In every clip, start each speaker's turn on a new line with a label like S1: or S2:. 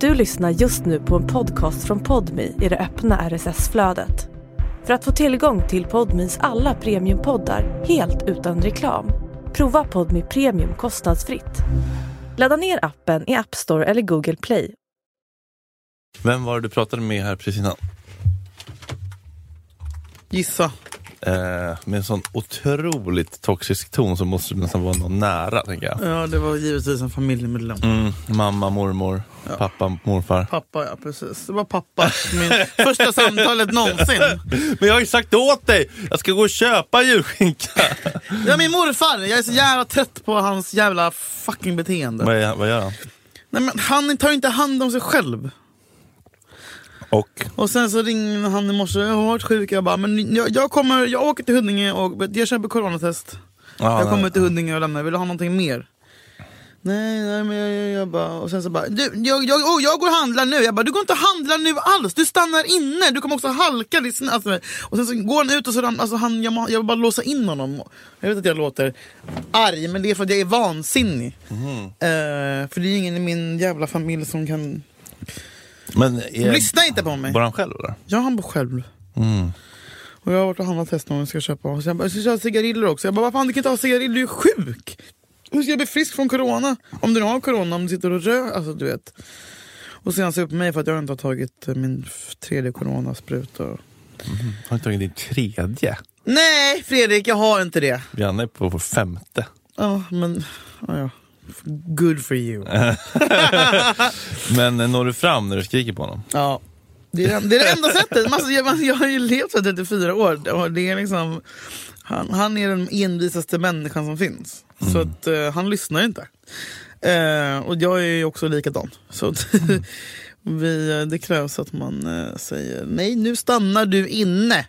S1: Du lyssnar just nu på en podcast från Podmi i det öppna RSS-flödet. För att få tillgång till Podmis alla premiumpoddar helt utan reklam, prova Podmi Premium kostnadsfritt. Ladda ner appen i App Store eller Google Play.
S2: Vem var det du pratade med här precis innan?
S3: Gissa.
S2: Eh, med en sån otroligt toxisk ton så måste det nästan vara någon nära, tänker jag.
S3: Ja, det var givetvis en familjemedlem.
S2: Mm, mamma, mormor, pappa, morfar.
S3: Pappa, ja precis. Det var pappa. Min första samtalet någonsin.
S2: Men jag har ju sagt åt dig! Jag ska gå och köpa julskinka!
S3: Ja, min morfar. Jag är så jävla trött på hans jävla fucking beteende.
S2: vad, är, vad gör han?
S3: Nej, men han tar ju inte hand om sig själv.
S2: Och?
S3: Och sen så ringde han i morse. Jag har varit sjuk. Jag bara, men jag, jag kommer, jag åker till Huddinge och jag köper coronatest.
S2: Ja,
S3: jag kommer
S2: nej.
S3: till Huddinge och lämnar. Vill du ha någonting mer? Nej, nej men jag, jag, jag bara... Och sen så bara, du, jag, jag, oh, jag går och handlar nu. Jag bara, du går inte och handlar nu alls. Du stannar inne. Du kommer också halka. Ditt, snö." alltså, och sen så går han ut och så ram- alltså, han, jag, må- jag vill bara låsa in honom. Jag vet att jag låter arg, men det är för att jag är vansinnig.
S2: Mhm.
S3: Eh, för det är ingen i min jävla familj som kan...
S2: Men är,
S3: Lyssna inte på mig.
S2: bor han själv eller? Mm.
S3: Jag han bor själv. Och jag har varit och handlat test någon ska köpa. Och så jag, bara, jag ska köpa cigariller också. Jag bara, vad fan du kan inte ha cigariller, du är sjuk! Hur ska jag bli frisk från corona? Om du nu har corona, om du sitter och rör, alltså du vet. Och sen ser upp mig för att jag inte har tagit eh, min f- tredje coronaspruta.
S2: Har han tagit din tredje?
S3: Nej Fredrik, jag har inte det.
S2: Janne är på vår femte.
S3: Ja, men... Ja, ja. Good for you.
S2: Men eh, når du fram när du skriker på honom?
S3: Ja. Det är det, det, är det enda sättet. Men Alltså, jag, jag har ju levt här 34 år. Och det är liksom, han, han är den envisaste människan som finns. Så att, eh, han lyssnar ju inte. Eh, och jag är ju också likadan. Så att, vi, eh, det krävs att man eh, säger nej, nu stannar du inne.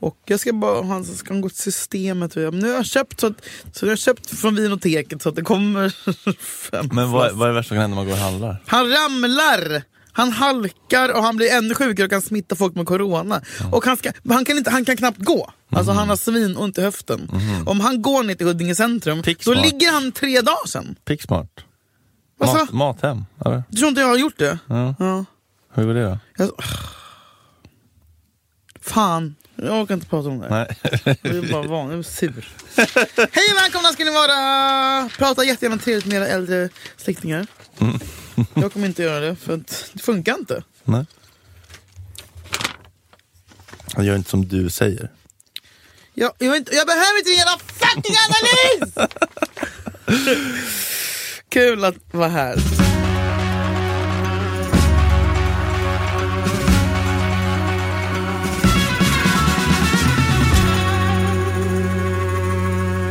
S3: Och jag ska bara, han ska gå till systemet. Och jag, nu har jag köpt, så att, så jag har köpt från vinoteket så att det kommer fem
S2: Men vad,
S3: flaskor.
S2: vad är det värsta som kan hända om man går och handlar?
S3: Han ramlar! Han halkar och han blir ännu sjukare och kan smitta folk med corona. Och han, ska, han, kan inte, han kan knappt gå. Alltså
S2: Mhm.
S3: han har svinont i höften. Om han går ner till Huddinge centrum,
S2: Pick
S3: då
S2: smart.
S3: ligger han tre dagar sen.
S2: Picksmart.
S3: Vad sa?
S2: Mat, mathem, eller?
S3: Du tror inte jag har gjort det?
S2: Ja.
S3: Ja.
S2: Hur går det då?
S3: Jag, fan, jag orkar inte prata om det.
S2: Nej.
S3: Jag är bara van, jag är sur. Hej och välkomna ska ni vara! Prata jättegärna trevligt med era äldre släktingar.
S2: Mm.
S3: Jag kommer inte göra det, för att det funkar inte.
S2: Nej. Jag gör inte som du säger.
S3: Jag, jag, är inte, jag behöver inte din jävla fucking analys! Kul att vara här.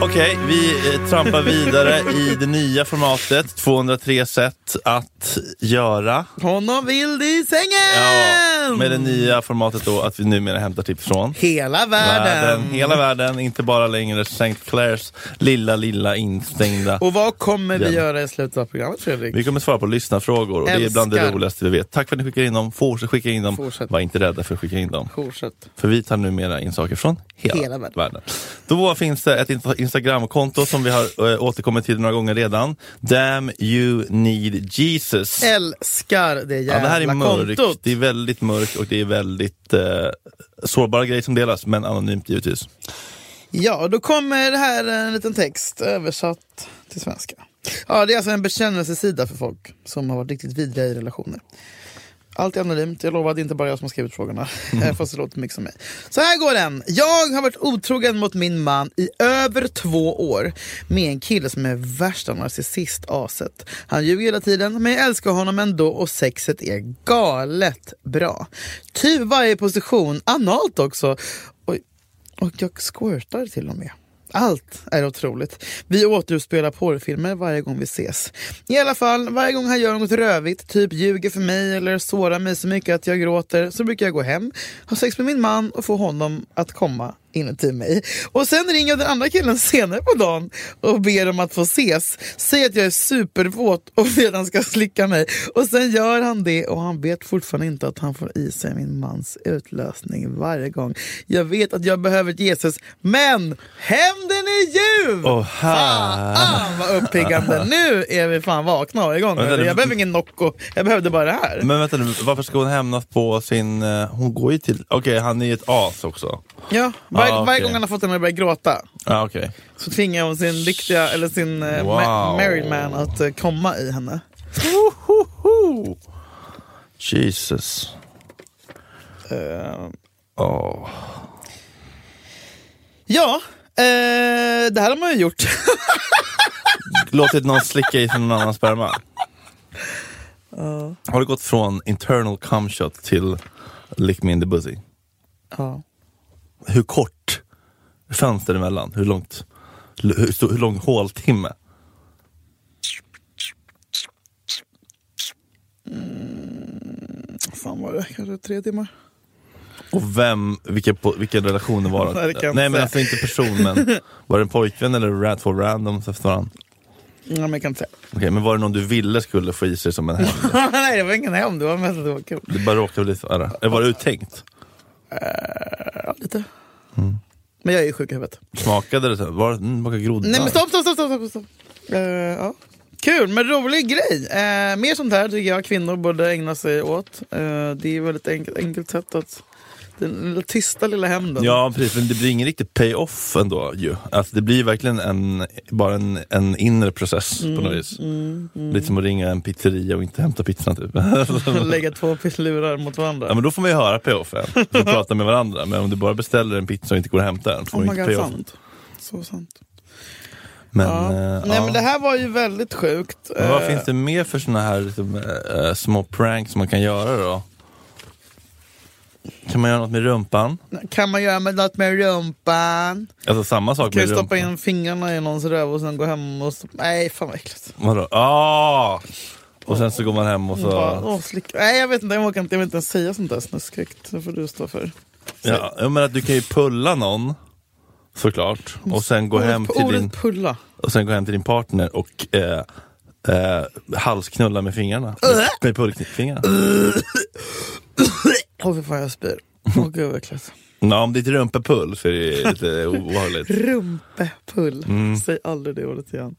S2: Okej, vi eh, trampar vidare i det nya formatet. 203 sätt att göra.
S3: Honom vill i
S2: Ja,
S3: sängen!
S2: med det nya formatet då att vi numera hämtar tips från
S3: Hela världen.
S2: Hela världen, inte bara längre St. Clairs lilla, lilla instängda.
S3: Och vad kommer vi
S2: Den.
S3: göra i slutet av programmet Fredrik?
S2: Vi kommer svara på lyssnarfrågor och det är bland det
S3: Älskar.
S2: roligaste vi vet. Tack för att ni skickar in dem. Fortsätt skicka in dem.
S3: Fortsätt.
S2: Var inte rädda för att skicka in dem.
S3: Fortsätt.
S2: För vi tar numera in saker från hela,
S3: Hela
S2: världen.
S3: världen.
S2: Då finns det ett insta- Instagramkonto som vi har äh, återkommit till några gånger redan. Damn you need Jesus.
S3: Älskar det
S2: Ja,
S3: jävla
S2: det här är mörkt,
S3: kontot.
S2: det är väldigt mörkt och det är väldigt eh, sårbara grejer som delas, men anonymt givetvis.
S3: Ja, då kommer det här en liten text översatt till svenska. Ja, det är alltså en bekännelsesida för folk som har varit riktigt vidriga i relationer. Allt är anonymt, jag lovar att det inte bara är jag som har skrivit frågorna. Eh, Fast det låter mycket som mig. Så här går den. Jag har varit otrogen mot min man i över två år med en kille som är värsta narcissist aset. Han ljuger hela tiden, men jag älskar honom ändå och sexet är galet bra. Typ varje position, analt också. Oj, och jag squirtar till och med. Allt är otroligt. Vi återspelar porrfilmer varje gång vi ses. I alla fall, varje gång han gör något rövigt, typ ljuger för mig eller sårar mig så mycket att jag gråter, så brukar jag gå hem, ha sex med min man och få honom att komma inuti mig. Och sen ringer jag den andra killen senare på dagen och ber om att få ses. Säger att jag är supervåt och redan ska slicka mig. Och sen gör han det och han vet fortfarande inte att han får i sig min mans utlösning varje gång. Jag vet att jag behöver Jesus, men hämnden är ljuv!
S2: Åh, här.
S3: Fan vad uppiggande! Nu är vi fan vakna och igång.
S2: Vänta, det-
S3: Jag behöver ingen Nocco, jag behövde bara det här.
S2: Men vänta nu, varför ska hon hämnas på sin... eh, Hon går ju till... Okej, han är ju ett as också.
S3: Ja, var,
S2: Ah,
S3: Varje
S2: okej.
S3: gång han har fått henne att börja gråta
S2: Ja, okej.
S3: så tvingar hon sin riktiga, eller sin eh,
S2: Wow.
S3: ma- married man att eh, komma i henne.
S2: Wohoho! Jesus.
S3: Eh,
S2: Åh.
S3: ja, eh, det här har man ju gjort.
S2: Låtit någon slicka i sig någon annans sperma. Har du gått från internal cum shot till lick me in the pussy?
S3: ja.
S2: Hur kort fönster emellan? Hur långt? Hur, stor, hur lång håltimme?
S3: fan var det? Kanske tre timmar?
S2: Och vem, vilken, po- vilken relation det var?
S3: Nej, det kan jag
S2: Nej
S3: inte
S2: men
S3: säga.
S2: alltså inte person men var det en pojkvän eller rat två randoms efter varandra?
S3: Nej, men jag kan inte säga.
S2: Okej men var det någon du ville skulle få i sig som en hämnd?
S3: Nej, det var ingen hem. Det var mest att det var kul.
S2: Det bara råkade bli så. Eller Eller var det uttänkt?
S3: Ja, Eh, lite. Men jag är ju sjuk i huvudet.
S2: Smakade det? så här? Var det mm, smakade groddar?
S3: Nej men stopp, stopp, stopp, stopp, stopp, stopp. Eh, ja. Kul men rolig grej. Eh, mer sånt här tycker jag kvinnor borde ägna sig åt. Eh, det är väldigt enkelt, enkelt sätt att den lilla tysta lilla hämnden.
S2: Ja precis, men det blir ingen riktig pay-off ändå ju. Alltså det blir verkligen en, bara en, en inre process
S3: Mm,
S2: på något vis. Lite som att ringa en pizzeria och inte hämta pizzan typ.
S3: Lägga två lurar mot varandra.
S2: ja men då får man ju höra pay-offen, och prata med varandra. Men om du bara beställer en pizza och inte går och hämtar den, får
S3: oh
S2: du
S3: my
S2: inte
S3: god,
S2: pay-off.
S3: sant. Så sant.
S2: Men,
S3: Ja.
S2: eh,
S3: Nej
S2: ja.
S3: men det här var ju väldigt sjukt.
S2: Men vad
S3: Eh,
S2: finns det mer för såna här liksom, eh, små pranks man kan göra då? Kan man göra något med rumpan?
S3: Kan man göra med något med rumpan?
S2: Alltså samma sak
S3: Kan
S2: med
S3: du stoppa
S2: rumpan.
S3: in fingrarna i någons röv och sen gå hem och... Stoppa? Nej fan vad äckligt.
S2: Vadå? Ah! Och sen så går man hem och så...
S3: Bara, åh, slick. Nej jag vet inte, jag vågar inte, jag vill inte ens säga sånt där snuskrökt. Det får du stå för.
S2: Ja, jag menar att du kan ju pulla någon, såklart. Och sen gå hem
S3: Ordet-
S2: till
S3: ordet
S2: din,
S3: pulla.
S2: och sen gå hem till din partner och eh, eh, halsknulla med fingrarna. Med pullfingrarna.
S3: Åh fy fan jag spyr. Åh gud vad äckligt.
S2: Ja, om det är ett rumpepull så är det ju lite obehagligt.
S3: Rumpepull.
S2: Mm.
S3: Säg aldrig det ordet igen.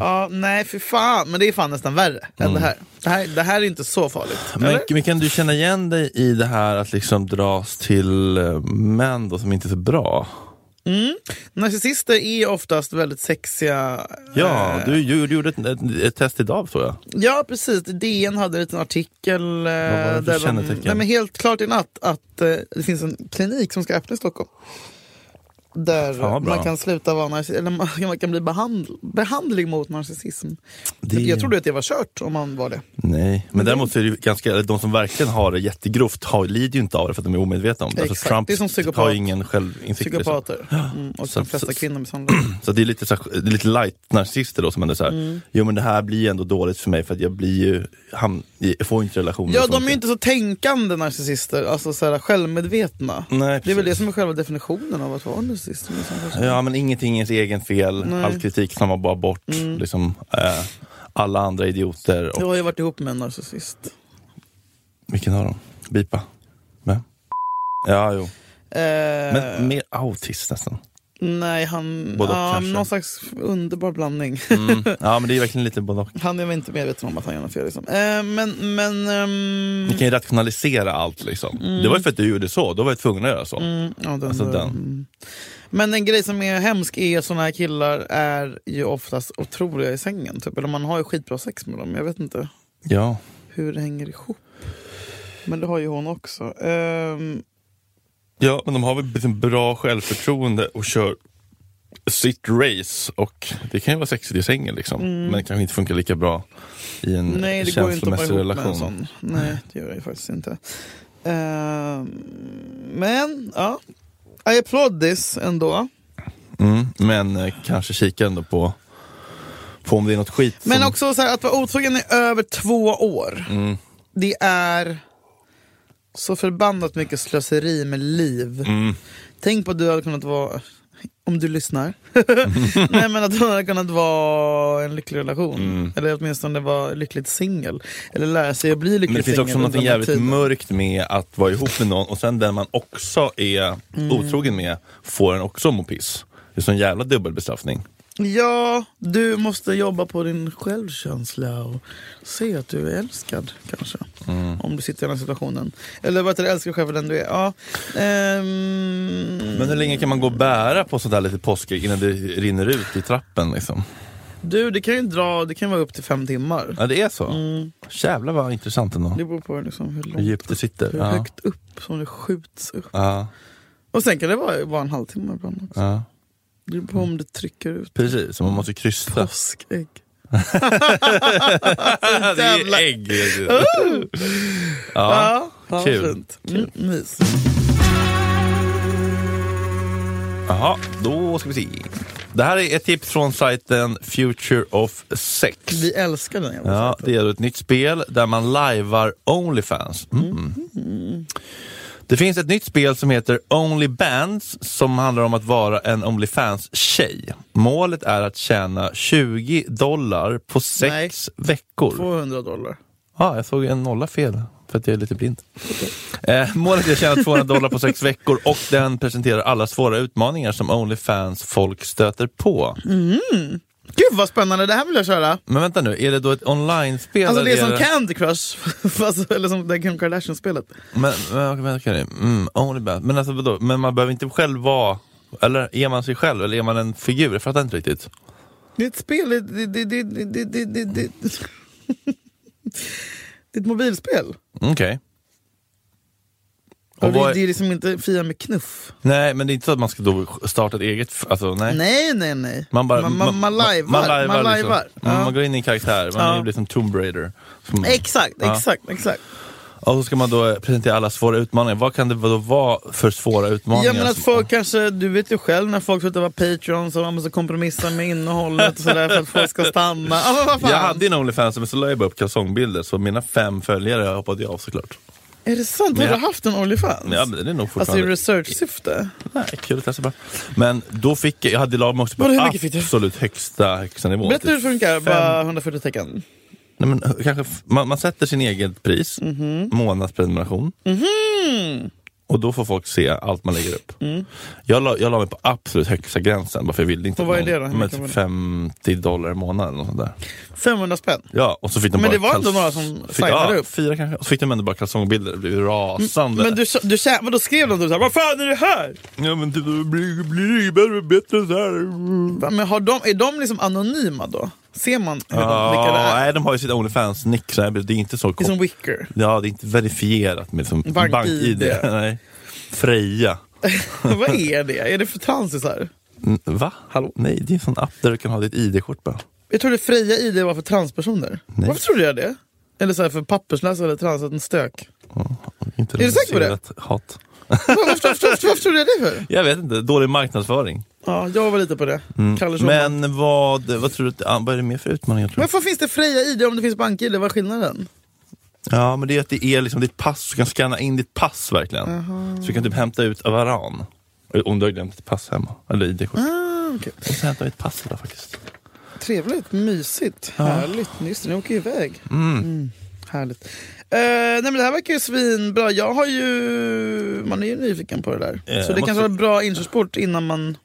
S3: Ja, nej fy fan. Men det är fan nästan värre än det här. Det här, det här är inte så farligt.
S2: Mm. Men,
S3: eller?
S2: men kan du känna igen dig i det här att liksom dras till eh, män då som inte är så bra?
S3: Narcissister är ju oftast väldigt sexiga.
S2: Ja,
S3: eh,
S2: du, du, du gjorde ett, ett, ett test idag tror jag.
S3: Ja, precis. DN hade en liten artikel. eh,
S2: var det för
S3: där de,
S2: kännetecken?
S3: nej, men helt klart i natt att eh, det finns en klinik som ska öppna i Stockholm. Där
S2: Fan, vad bra.
S3: man kan sluta vara narcissist, eller man, man kan bli behandl, behandling mot narcissism.
S2: Det-
S3: Jag trodde att det var kört om man var det.
S2: Nej, men däremot så är det ju ganska, eller de som verkligen har det jättegrovt har, lider ju inte av det för att de är omedvetna om det.
S3: Exakt.
S2: Alltså, Trump
S3: Det är som psykopat.
S2: har ju ingen självinsikt. liksom.
S3: Psykopater. Mm, och
S2: Så-
S3: de flesta
S2: så-
S3: kvinnor misshandlar.
S2: Så det är lite, så här- det är lite light narcissister då som ändå såhär,
S3: Mm.
S2: jo men det här blir ju ändå dåligt för mig för att jag blir ju, ham- jag får ju inte relationer.
S3: Ja,
S2: och sånt.
S3: de är ju inte så tänkande narcissister, alltså så här, självmedvetna.
S2: Nej,
S3: det är väl det
S2: precis.
S3: som är själva definitionen av att vara narcissist. som är sån person.
S2: Ja men ingenting är ens egen fel, all kritik slammar bara bort
S3: Mm.
S2: liksom, eh, alla andra idioter. Och,
S3: Jag har ju varit ihop med en narcissist.
S2: Vilken av dem? Bipa? Vem? Ja jo,
S3: Eh,
S2: men mer autist nästan.
S3: Nej, han...
S2: Både och
S3: ja,
S2: kanske.
S3: någon slags underbar blandning.
S2: Mm. Ja men det är verkligen lite både och.
S3: han är väl inte medveten om att han gör något fel. Liksom. Eh, men... men ehm,
S2: Ni kan ju rationalisera allt liksom. Det var ju för att du gjorde så, då var jag tvungen att göra så.
S3: Mm, ja, den
S2: Alltså
S3: där,
S2: den.
S3: mm. Men en grej som är hemsk är att såna här killar är ju oftast otroliga i sängen. Typ. Eller man har ju skitbra sex med dem. Jag vet inte
S2: Ja.
S3: hur det hänger ihop. Men det har ju hon också. Ehm,
S2: ja, men de har väl liksom bra självförtroende och kör sitt race och det kan ju vara sexigt i sängen liksom. Men det kanske inte funkar lika bra i en
S3: Mm. nej, det går ju inte att
S2: Mm,
S3: vara
S2: känslomässig
S3: ihop med en
S2: relation. Mm.
S3: sån. Nej, det gör jag ju faktiskt inte. Ehm, men, ja. I applaud this ändå.
S2: Mm, men eh, kanske kika ändå på, på om det är något skit.
S3: Men
S2: som,
S3: också så här, att vara otrogen i över två år.
S2: Mm.
S3: Det är så förbannat mycket slöseri med liv.
S2: Mm.
S3: Tänk på att du hade kunnat vara, om du lyssnar, Nej men att du hade kunnat vara i en lycklig relation.
S2: Mm.
S3: Eller åtminstone vara lyckligt singel. Eller lära sig att bli lycklig
S2: Men det finns
S3: singel
S2: också något
S3: under den
S2: jävligt
S3: tiden.
S2: mörkt med att vara ihop med någon och sen den man också är
S3: Mm.
S2: otrogen med får en också må piss. Det är sån jävla dubbelbestraffning.
S3: Ja, du måste jobba på din självkänsla och se att du är älskad kanske.
S2: Mm.
S3: Om du sitter i den här situationen. Eller vad heter det, älska dig själv för den du är. Ja. Ehm,
S2: Men hur länge kan man gå och bära på sånt där lite påskägg innan det rinner ut i trappen? Liksom?
S3: Du, det kan ju dra, det kan vara upp till fem timmar.
S2: Ja, det är så?
S3: Mm.
S2: Jävlar vad intressant ändå.
S3: Det beror på liksom
S2: Hur
S3: hur, långt,
S2: djupt det sitter.
S3: hur
S2: Ja.
S3: högt upp som det skjuts upp.
S2: Ja,
S3: Och sen kan det vara, vara en halvtimme ibland också.
S2: ja.
S3: Det beror på om det trycker ut
S2: Precis, så man måste krysta.
S3: påskägg.
S2: det
S3: jävla-
S2: är ägg! Ja.
S3: Ja, ja
S2: kul.
S3: fint. Mm, mys.
S2: Jaha, då ska vi se. Det här är ett tips från sajten Future of Sex.
S3: Vi älskar den jävla
S2: Ja,
S3: sajten.
S2: det är ett nytt spel där man lajvar Onlyfans. Mm. Det finns ett nytt spel som heter Only Bands som handlar om att vara en Onlyfans-tjej. Målet är att tjäna 20 dollar på sex veckor.
S3: 200 dollar.
S2: Ja, jag såg en nolla fel för att jag är lite blind. Eh, målet är att tjäna 200 dollar på sex veckor och den presenterar alla svåra utmaningar som Onlyfans folk stöter på.
S3: Gud vad spännande, det här vill jag köra.
S2: Men vänta nu, är det då ett online-spel?
S3: Alltså det är
S2: eller
S3: som Candy Crush, fast, eller som det Kim Kardashian-spelet.
S2: Men, men, men, okay, mm, only bad. men alltså vadå, men man behöver inte själv vara, eller är man sig själv eller är man en figur? Jag fattar inte riktigt.
S3: Det är ett spel, det, det, det, det, det, det, det, det. det är ett mobilspel.
S2: Okej.
S3: Och
S2: Och
S3: det,
S2: vad är-
S3: det är liksom inte Fia med knuff.
S2: Nej, men det är inte så att man ska då starta ett eget, f- alltså nej.
S3: Nej, nej, nej.
S2: Man bara,
S3: man, man, man lajvar. Man lajvar.
S2: Liksom. Mm,
S3: Ja.
S2: Man går in i en karaktär, man
S3: Ja.
S2: blir som Tomb Raider. Som,
S3: Exakt,
S2: Ja.
S3: exakt, exakt.
S2: och så ska man då eh, presentera alla svåra utmaningar. Vad kan det då vara för svåra utmaningar?
S3: Ja men att
S2: som-
S3: folk kanske, du vet ju själv när folk slutar vara patreons och man måste kompromissa med innehållet och sådär för att folk ska stanna. Ja men vad fan.
S2: Jag hade ju en Onlyfans men så la jag bara upp kalsongbilder så mina fem följare hoppade jag av såklart.
S3: Är det sant?
S2: Men
S3: Har du
S2: jag-
S3: haft en Onlyfans?
S2: Men ja, men det är nog
S3: Alltså i
S2: fortfarande...
S3: research-syfte?
S2: Nej, kul att testa bara. Men då fick jag, jag hade lag mig också på
S3: Vadå, hur mycket fick du?
S2: absolut högsta, högsta nivån.
S3: Berätta hur det funkar,
S2: Fem-
S3: bara 140 tecken.
S2: Nej, men, eh, kanske, f- man, man sätter sin egen pris,
S3: Mhm.
S2: månadsprenumeration.
S3: Hmm.
S2: Och då får folk se allt man lägger upp.
S3: Mm.
S2: Jag, la, jag la mig på absolut högsta gränsen, bara för jag ville inte.
S3: Och vad är
S2: att någon-
S3: det då? Hur
S2: men
S3: mycket
S2: typ
S3: var det?
S2: 50 dollar i månaden eller något sånt där.
S3: 500 spänn.
S2: Ja, och så fick de
S3: Men
S2: bara
S3: det var ändå
S2: kals-
S3: några som
S2: fick-
S3: signade
S2: ja,
S3: upp. Mm,
S2: fyra kanske. Och så fick de ändå bara kalsongbilder, det blev rasande.
S3: Men du, du tjä- men då skrev de typ såhär, vad fan är det här?
S2: Ja men typ, blir, blir det bättre, bättre så här?
S3: Va, Men har de, är de liksom anonyma då? Ser man hur de, vilka det
S2: Ja,
S3: är?
S2: nej de har ju sitt Onlyfans-nick, så här, det är inte så
S3: Det är
S2: kort.
S3: som Wicker.
S2: Ja, det är inte verifierat med som
S3: Bank-ID.
S2: bank-id. nej. Freja.
S3: vad är det? Är det för transisar?
S2: N- Va?
S3: Hallå?
S2: Nej, det är en sån app där du kan ha ditt ID-kort bara.
S3: Jag trodde Freja ID var för transpersoner.
S2: Nej.
S3: Varför trodde jag det? Eller så här för papperslösa eller trans, att en stök.
S2: Inte
S3: Är du säker på det?
S2: reducerat Hat.
S3: Varför, varför, varför, varför trodde jag det för?
S2: Jag vet inte, dålig marknadsföring.
S3: Ja, jag var lite på det. Kalle Schulman.
S2: Men vad, vad tror du att, ah, vad är det mer för utmaningar tror du?
S3: Varför finns det Freja ID om det finns bank-ID? Vad är skillnaden?
S2: Ja, men det är att det är liksom ditt pass, du kan scanna in ditt pass verkligen. Så du kan typ hämta ut av varann. Om du har glömt ditt pass hemma, eller ID-kort.
S3: Ah, okej.
S2: Jag ska hämta mitt pass idag faktiskt.
S3: Trevligt, mysigt, härligt. Just det, ni åker ju iväg. Mm, Härligt. Eh, nej men det här verkar ju svinbra. Jag har ju... Man är ju nyfiken på det där.
S2: Eh,
S3: Så
S2: jag
S3: det kanske
S2: måste-
S3: var ett bra inkörsport innan man...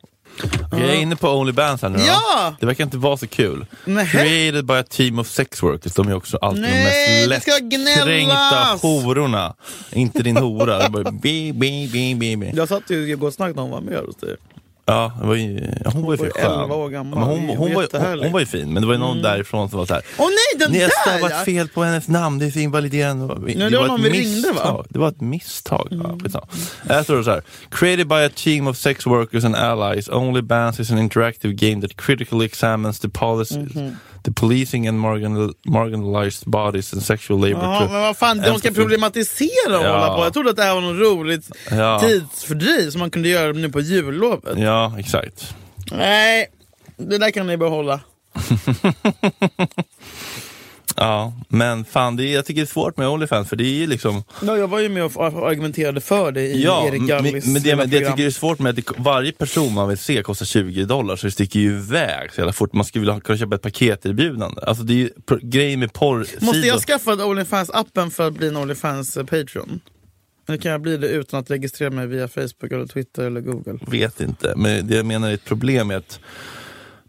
S2: Okej, Jag är inne på Onlybands här nu då.
S3: Ja!
S2: Det verkar inte vara så kul.
S3: Nej.
S2: Created by a team of sex workers. De är också alltid
S3: Nej,
S2: de
S3: det
S2: mest
S3: ska
S2: lättkränkta
S3: gnällas!
S2: hororna. Inte din hora. Det bara, bi, bi, bi, bi, bi.
S3: Jag satt ju igår och snackade när hon var med hos dig.
S2: Ja, det var ju, hon var ju
S3: var ju
S2: för skön.
S3: 11 år gammal.
S2: Men hon,
S3: Det
S2: hon,
S3: är
S2: var ju, hon,
S3: jättehärligt. Mm.
S2: hon var ju fin, men det var ju någon därifrån som var så här.
S3: Åh nej, den
S2: Ni har
S3: där ja!
S2: stavat fel på hennes namn, det är så invaliderande. Det,
S3: det var någon vi ringde, va? Mm.
S2: misstag. Det var ett misstag. Ja, skitsamma. Här står det så här. Created by a team of sex workers and allies, Only Bands is an interactive game that critically examines the policies,
S3: Mhm.
S2: the policing and marginal, marginalized bodies and sexual labor.
S3: Ja, men vad fan, de ska
S2: Empathy.
S3: problematisera och
S2: Ja.
S3: hålla på. Jag trodde att det här var något roligt
S2: Ja.
S3: tidsfördriv som man kunde göra nu på jullovet.
S2: Ja, exakt.
S3: Nej, det där kan ni behålla.
S2: Ja, men fan, det är, jag tycker det är svårt med Onlyfans för det är ju liksom...
S3: Ja, jag var ju med och argumenterade för det i
S2: Ja,
S3: Erik
S2: men, men det,
S3: Gallis
S2: men det
S3: lilla
S2: jag tycker
S3: program.
S2: det är svårt med att det, varje person man vill se kostar 20 dollar så det sticker ju iväg så jävla fort. Man skulle vilja ha- kunna köpa ett paketerbjudande. Alltså det är ju pro- grejen med porrsidor.
S3: Måste jag skaffa Onlyfans-appen för att bli en Onlyfans-patron? Eller kan jag bli det utan att registrera mig via Facebook, eller Twitter eller Google?
S2: vet inte. Men det jag menar är ett problem är att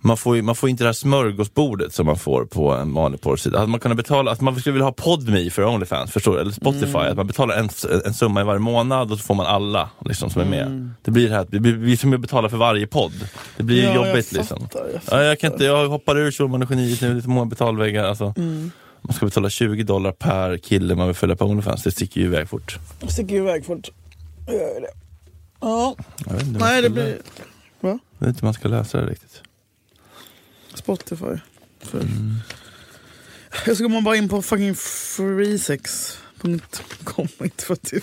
S2: man får, ju, man får inte det här smörgåsbordet som man får på en vanlig porrsida. Hade man kunnat betala, att man skulle vilja ha Podme för Onlyfans, förstår du? Eller Spotify,
S3: Mm.
S2: att man betalar en, s- en summa i varje månad och så får man alla liksom, som är med.
S3: Mm.
S2: Det blir det här, det blir, det blir som att betala för varje podd. Det blir
S3: Ja,
S2: jobbigt
S3: jag
S2: liksom.
S3: fattar, jag
S2: Ja, jag, kan inte, jag hoppar ur Schulman och geniet nu, lite många betalväggar. Alltså.
S3: Mm.
S2: Man ska betala 20 dollar per kille man vill följa på Onlyfans, det sticker ju iväg fort.
S3: Jag sticker iväg fort. Jag gör det. Ja,
S2: Jag vet inte hur man
S3: nej det
S2: ska lä-
S3: blir
S2: jag vet inte hur man ska läsa det riktigt.
S3: Spotify. För.
S2: Mm.
S3: Jag ska man bara in på fucking freesex.com. Inte för att det...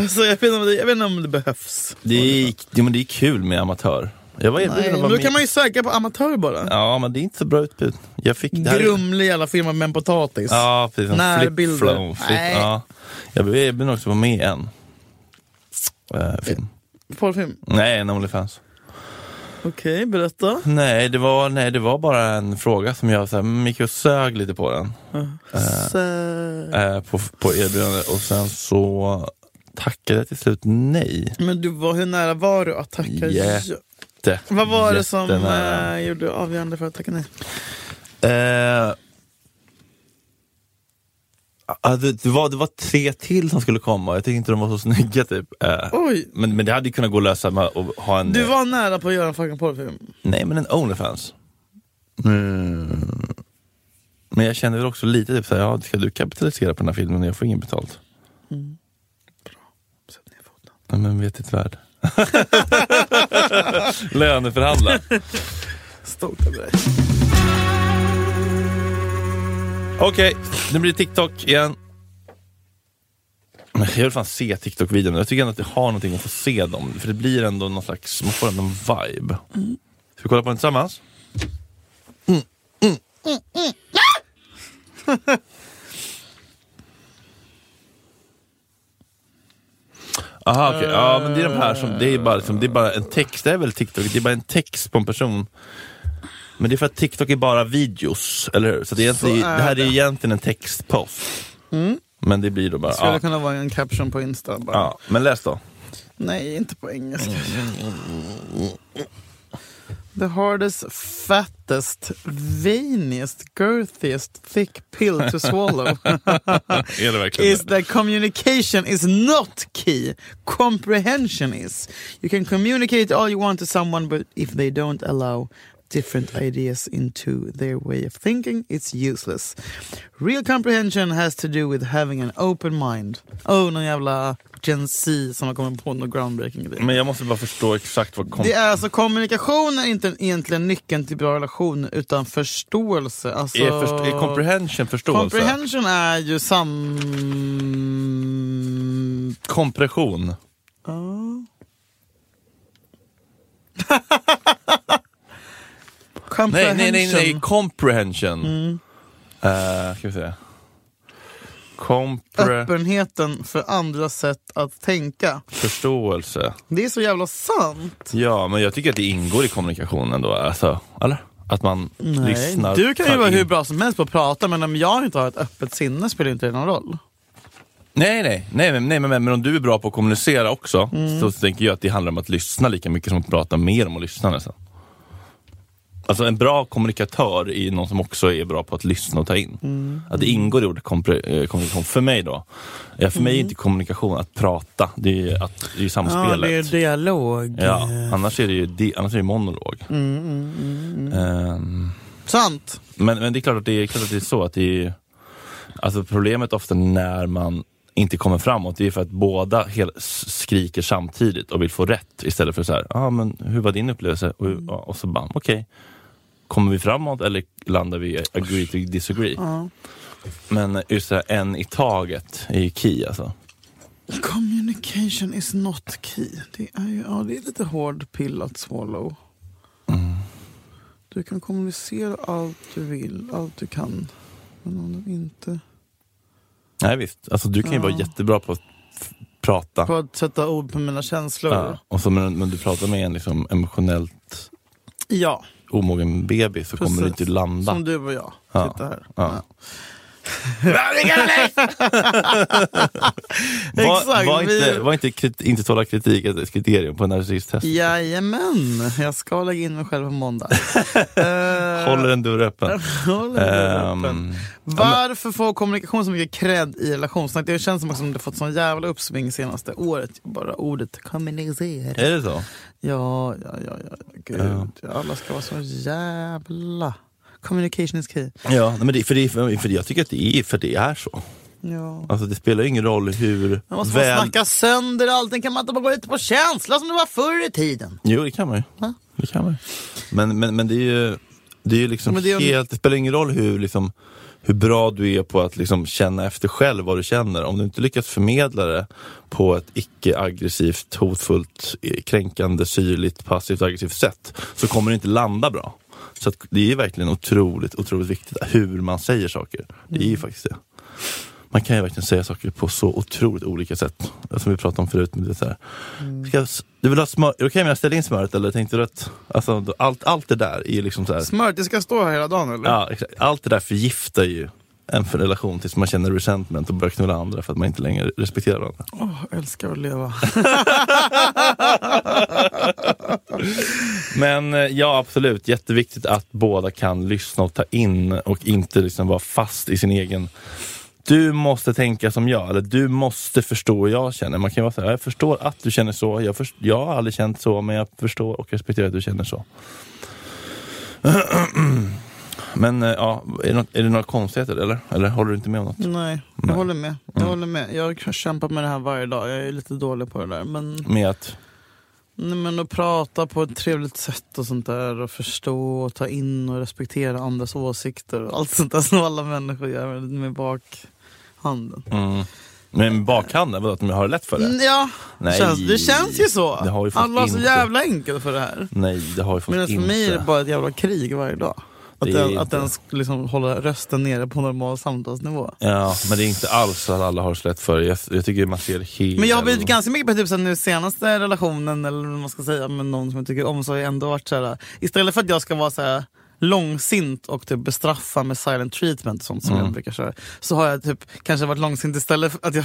S3: alltså, jag, vet inte om det, jag vet inte om det behövs.
S2: Det är, jo, men det är kul med amatör. Jag var erbjuden
S3: Nej,
S2: att
S3: men
S2: vara
S3: då
S2: med.
S3: kan man ju söka på amatör bara.
S2: Ja, men det är inte så bra utbud. Jag fick det här...
S3: Grumlig jävla firma med en potatis.
S2: Ja, precis.
S3: När
S2: Flip
S3: bilder.
S2: flow, flip,
S3: Nej.
S2: ja. Jag blev erbjuden också att vara med i en eh, film.
S3: Porrfilm.
S2: Nej, en Onlyfans.
S3: Okej, berätta.
S2: Nej det, var, nej, det var bara en fråga som jag så här, mm, gick och sög lite på den.
S3: Så-
S2: Eh, på, på erbjudandet och sen så tackade jag till slut nej.
S3: Men du, var, hur nära var du att tacka
S2: Yeah.
S3: ja?
S2: Det-
S3: Vad var det som
S2: jättenära.
S3: eh, gjorde avgörande för att tacka nej?
S2: Eh, ja, det, det, var, det var tre till som skulle komma, jag tyckte inte de var så snygga typ. Eh,
S3: Oj,
S2: men, men det hade ju kunnat gå att lösa med att ha en...
S3: du
S2: eh,
S3: var nära på att göra en fucking porrfilm.
S2: Nej men en Onlyfans.
S3: Mm.
S2: Men jag kände väl också lite typ såhär, ja, ska du kapitalisera på den här filmen jag får ingen betalt?
S3: Sätt ner foten.
S2: Nej men vet ditt värde. Löneförhandla.
S3: Stolt över dig.
S2: Okej, nu blir det TikTok igen. Men Jag vill fan se TikTok-videon, jag tycker ändå att det har någonting att få se dem. För det blir ändå någon slags, man får ändå en vibe. Ska vi kolla på den tillsammans? Mm, Aha, okej. Ja, men det är de här som, det är bara, liksom, det är bara en text, det är väl TikTok, det är bara en text på en person. Men det är för att TikTok är bara videos, eller hur? Så, det, är egentligen-
S3: är
S2: det här
S3: det.
S2: är egentligen en textpost. Men det blir då bara,
S3: Skulle
S2: ja,
S3: kunna vara en caption på Insta bara.
S2: ja. Men läs då.
S3: Nej, inte på engelska. The hardest, fattest, veiniest, girthiest, thick pill to swallow.
S2: Är det verkligen
S3: is that communication is not key. Comprehension is. You can communicate all you want to someone, but if they don't allow different ideas into their way of thinking, it's useless. Real comprehension has to do with having an open mind. Oh, någon jävla Gen Z som har kommit på något groundbreaking idé.
S2: Men jag måste bara förstå exakt vad kom...
S3: Det är alltså kommunikation är inte egentligen nyckeln till bra relation utan förståelse. Alltså,
S2: Är, först- är comprehension förståelse?
S3: Comprehension är ju sam...
S2: Kompression. Nej,
S3: Comprehension. Mm.
S2: nej, nej, nej, comprehension. Eh, ska vi se. Compre...
S3: Öppenheten för andra sätt att tänka.
S2: Förståelse.
S3: Det är så jävla sant.
S2: Ja, men jag tycker att det ingår i kommunikationen ändå, alltså. Eller? Att man lyssnar.
S3: Du kan ju
S2: tar
S3: vara
S2: in.
S3: hur bra som helst på att prata men om jag inte har ett öppet sinne spelar inte det någon roll.
S2: Nej, nej, nej, men, nej men, men om du är bra på att kommunicera också, så tänker jag att det handlar om att lyssna lika mycket som att prata mer om att lyssna nästan. Alltså en bra kommunikatör är någon som också är bra på att lyssna och ta in. Att det ingår i ordet kompre- eh, kommunikation. För mig då, eh, för mig är inte kommunikation att prata, det är ju, att, det är ju
S3: Ja,
S2: samspelet.
S3: det är dialog.
S2: Ja, annars är det ju di- annars är det ju monolog. Ehm,
S3: Sant.
S2: men, men det är klart att det är, klart att det är så att det är, alltså problemet ofta när man inte kommer framåt, det är för att båda hel, s- skriker samtidigt och vill få rätt istället för så här, ah, men hur var din upplevelse? Och,
S3: Mm.
S2: ja, och så bam, okej. Kommer vi framåt eller landar vi i agree to disagree? Men just det här, en i taget är ju key alltså.
S3: Communication is not key. Det är, ju- ja, det är lite hård pill att swallow. Du kan kommunicera allt du vill, allt du kan. men om de inte...
S2: Nej visst, alltså, du kan ju
S3: Ja.
S2: vara jättebra på att f- prata.
S3: På att sätta ord på mina känslor.
S2: Ja. Och så, men, men du pratar med en liksom, emotionellt
S3: Ja,
S2: omogen bebis så kommer du
S3: Precis.
S2: inte landa.
S3: som du och jag.
S2: Ja.
S3: Titta här.
S2: Ja. var,
S3: Exakt,
S2: var
S3: vi-
S2: inte, var inte, krit, inte tåla kritik ett kriterium på narcissisttest?
S3: Jajamän, jag ska lägga in mig själv på måndag. Eh,
S2: Håller en dörr öppen.
S3: håller den öppen.
S2: Ehm,
S3: Varför får kommunikation så mycket cred i relationssnack? Det känns som att det fått sån jävla uppsving senaste året. Bara ordet kommunicera.
S2: är det så?
S3: Ja, ja, ja, ja. Gud, alla ska vara så jävla... Communication is key.
S2: Ja, nej, men det, för, det, för, för jag tycker att det är, för det är så.
S3: Ja.
S2: Alltså det spelar ju ingen roll hur
S3: Man måste
S2: väl...
S3: man snacka sönder allting. Kan man inte bara gå lite på känsla som det var förr i tiden?
S2: Jo, det kan man ju.
S3: Va?
S2: Det kan man. ju. Men, men, men det är ju, det är ju liksom
S3: Men det är-
S2: helt, det spelar ingen roll hur, liksom, hur bra du är på att liksom känna efter själv vad du känner. Om du inte lyckas förmedla det på ett icke-aggressivt, hotfullt, eh, kränkande, syrligt, passivt aggressivt sätt så kommer det inte landa bra. Så att det är verkligen otroligt, otroligt viktigt hur man säger saker. Det är ju faktiskt det. Man kan ju verkligen säga saker på så otroligt olika sätt. Som vi pratade om förut. Med det så här. Ska jag, s- du vill ha smör? Okej, men jag ställer in smöret eller tänkte du att alltså, då- allt, allt det där är liksom så här.
S3: Smört, det ska stå här hela dagen eller?
S2: Ja, exakt. Allt det där förgiftar ju en för- relation tills man känner resentment och börjar knulla andra för att man inte längre respekterar varandra.
S3: Åh, jag älskar att leva.
S2: Men eh, ja, absolut. Jätteviktigt att båda kan lyssna och ta in och inte liksom vara fast i sin egen... Du måste tänka som jag, eller du måste förstå hur jag känner. Man kan ju vara så här, jag förstår att du känner så. Jag, först- jag har aldrig känt så, men jag förstår och respekterar att du känner så. Men eh, ja, är det, något, är det några konstigheter eller? Eller håller du inte med om något?
S3: Nej, jag
S2: Nej.
S3: håller med. Jag
S2: Mm.
S3: håller med. Jag har kämpat med det här varje dag. Jag är lite dålig på det där. Men,
S2: Med att,
S3: nej, men att prata på ett trevligt sätt och sånt där. Och förstå och ta in och respektera andras åsikter. Och allt sånt där som alla människor gör med bakhanden.
S2: mm, med bakhanden, vadå att de har det lätt för det?
S3: Mm, Ja,
S2: Nej.
S3: Känns, det känns ju så.
S2: Det har vi fått
S3: alla har så
S2: inte.
S3: jävla enkelt för det här.
S2: Nej, det har ju fått
S3: Medan för
S2: inte.
S3: mig är det bara ett jävla krig varje dag. Att
S2: Det är
S3: den, att
S2: inte-
S3: den ska liksom hålla rösten nere på normal samtalsnivå.
S2: Ja, men det är inte alls att alla har så lätt för det. Jag, jag tycker man ser helt...
S3: Men jag har blivit ganska mycket på typ såhär, nu senaste relationen eller vad man ska säga med någon som jag tycker om så har jag ändå varit såhär, istället för att jag ska vara såhär långsint och typ bestraffa med silent treatment och sånt som
S2: Mm.
S3: jag brukar köra. Så har jag typ kanske varit långsint istället för, att jag,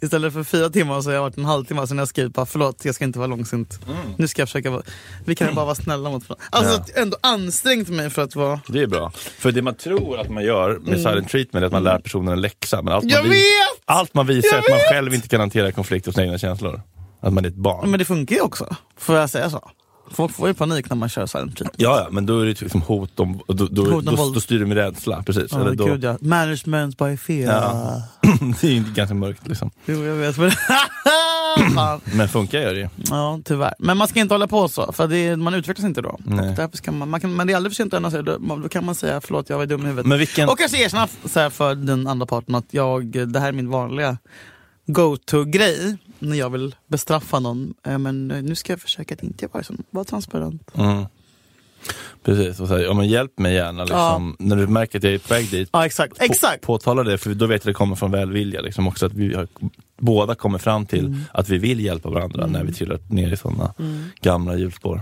S3: istället för fyra timmar så har jag varit en halvtimme sen har jag skrivit bara förlåt jag ska inte vara långsint. Nu ska jag försöka vara, vi kan bara vara snälla mot varandra. Alltså
S2: Mm. Ja.
S3: att jag ändå ansträngt mig för att vara
S2: Det är bra. För det man tror att man gör med silent treatment är att man lär personen en läxa. Men allt,
S3: Mm. Jag
S2: man,
S3: vet!
S2: vi- allt man visar är
S3: Jag
S2: att man
S3: vet!
S2: själv inte kan hantera konflikter och sina egna känslor. Att man är ett barn.
S3: Men det funkar ju också, får jag säga så? Folk får ju panik när man kör silent treatment.
S2: Ja, ja, men då är det liksom hot om... Då, då,
S3: Hot om
S2: då, då,
S3: våld.
S2: styr du med rädsla, precis.
S3: Ja,
S2: Eller då,
S3: gud, ja. Management by fear.
S2: Ja. det är ju ganska mörkt liksom.
S3: Jo, jag vet. Men... Fan.
S2: Men funkar gör det ju.
S3: ja, tyvärr. Men man ska inte hålla på så, för det, man utvecklas inte då.
S2: Nej.
S3: Och därför ska man, man kan, men det är aldrig för sent att ändra sig. Då, då kan man säga förlåt, jag var dum i huvudet.
S2: Men vilken...
S3: Och kanske erkänna f- så här för den andra parten att jag, det här är min vanliga go-to-grej när jag vill bestraffa någon. Eh, Men eh, nu ska jag försöka att inte vara sån. Var transparent.
S2: Mm. Precis, och så här, ja, men hjälp mig gärna liksom. När du märker att jag är på väg dit,
S3: Ja, exakt. Exakt!
S2: På, påtala det, för då vet jag att det kommer från välvilja. Liksom också att vi har, båda kommer fram till att vi vill hjälpa varandra när vi trillar ner i sådana
S3: Mm,
S2: gamla hjulspår.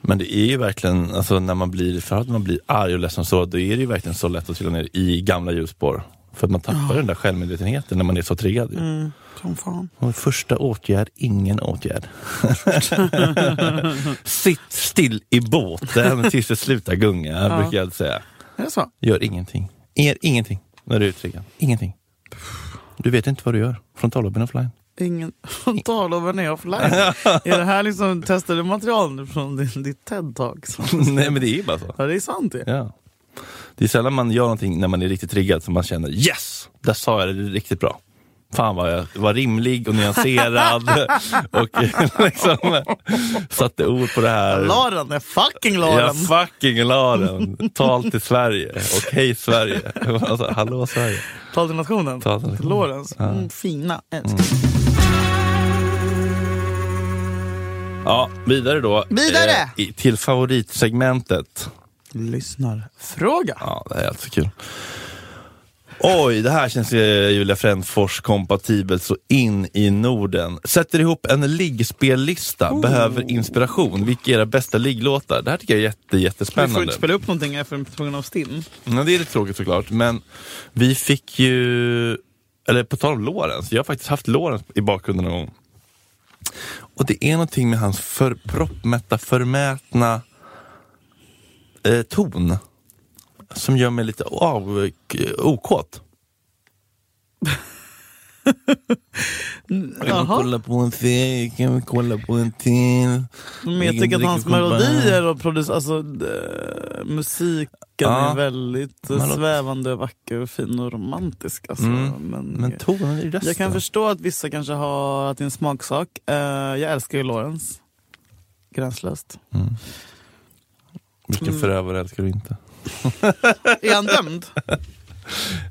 S2: Men det är ju verkligen, alltså, när man blir, för att man blir arg och ledsen så, då är det ju verkligen så lätt att trilla ner i gamla hjulspår. För att man tappar den där självmedvetenheten när man är så triggad. ju.
S3: Mm. Som fan.
S2: Och första åtgärd, ingen åtgärd. Sitt still i båten tills det slutar gunga, brukar jag säga.
S3: Är det så?
S2: Gör ingenting. Er, ingenting när du är uttriggad. Ingenting. Du vet inte vad du gör. Frontallobben offline.
S3: Ingen frontalloben är offline. är det här liksom testade material nu från din, ditt TED-talk?
S2: Nej men det är ju bara så.
S3: Ja, det är sant det.
S2: Ja. Det är sällan man gör någonting när man är riktigt triggad som man känner yes! Där sa jag det, det är riktigt bra. Fan vad jag var rimlig och nyanserad och liksom satte ord på det här.
S3: Jag la den, jag fucking la den.
S2: Jag fucking la den. Tal till Sverige och hej Sverige. Alltså, hallå Sverige.
S3: Tal till nationen.
S2: Tal till nationen.
S3: Lorentz. Mm, fina. Älskar.
S2: Ja, vidare då.
S3: Vidare!
S2: Eh, i- till favoritsegmentet.
S3: Lyssnar. Fråga.
S2: Ja, det är alltid kul. Oj, det här känns ju Julia Frändfors kompatibelt så in i Norden. Sätter ihop en liggspellista,
S3: Oh.
S2: behöver inspiration. Vilka är era bästa ligglåtar? Det här tycker jag är jätte,
S3: Vi får
S2: jättespännande.
S3: inte spela upp någonting här för de är tvungna av STIM.
S2: Men Mm, det är lite tråkigt såklart, men vi fick ju, eller på tal om Lorentz, jag har faktiskt haft Lorentz i bakgrunden någon gång. Och det är någonting med hans för, proppmätta, förmätna eh, ton som gör mig lite av, eh, okåt. Kan vi
S3: Jaha.
S2: Mm. kolla på en serie? Kan vi kolla på en till?
S3: Men jag tycker att hans
S2: Dricker kompa-
S3: melodier och producer, alltså, eh, musiken
S2: Ja.
S3: är väldigt eh,
S2: Man låter-
S3: svävande, vacker, fin och romantisk. Alltså.
S2: Mm.
S3: Men,
S2: Men tonen i rösten.
S3: jag kan förstå att vissa kanske har att det är en smaksak. Eh, jag älskar ju Lawrence. Gränslöst.
S2: Mm. Vilken
S3: Mm.
S2: förövare älskar du inte?
S3: Är han dömd?
S2: Nej,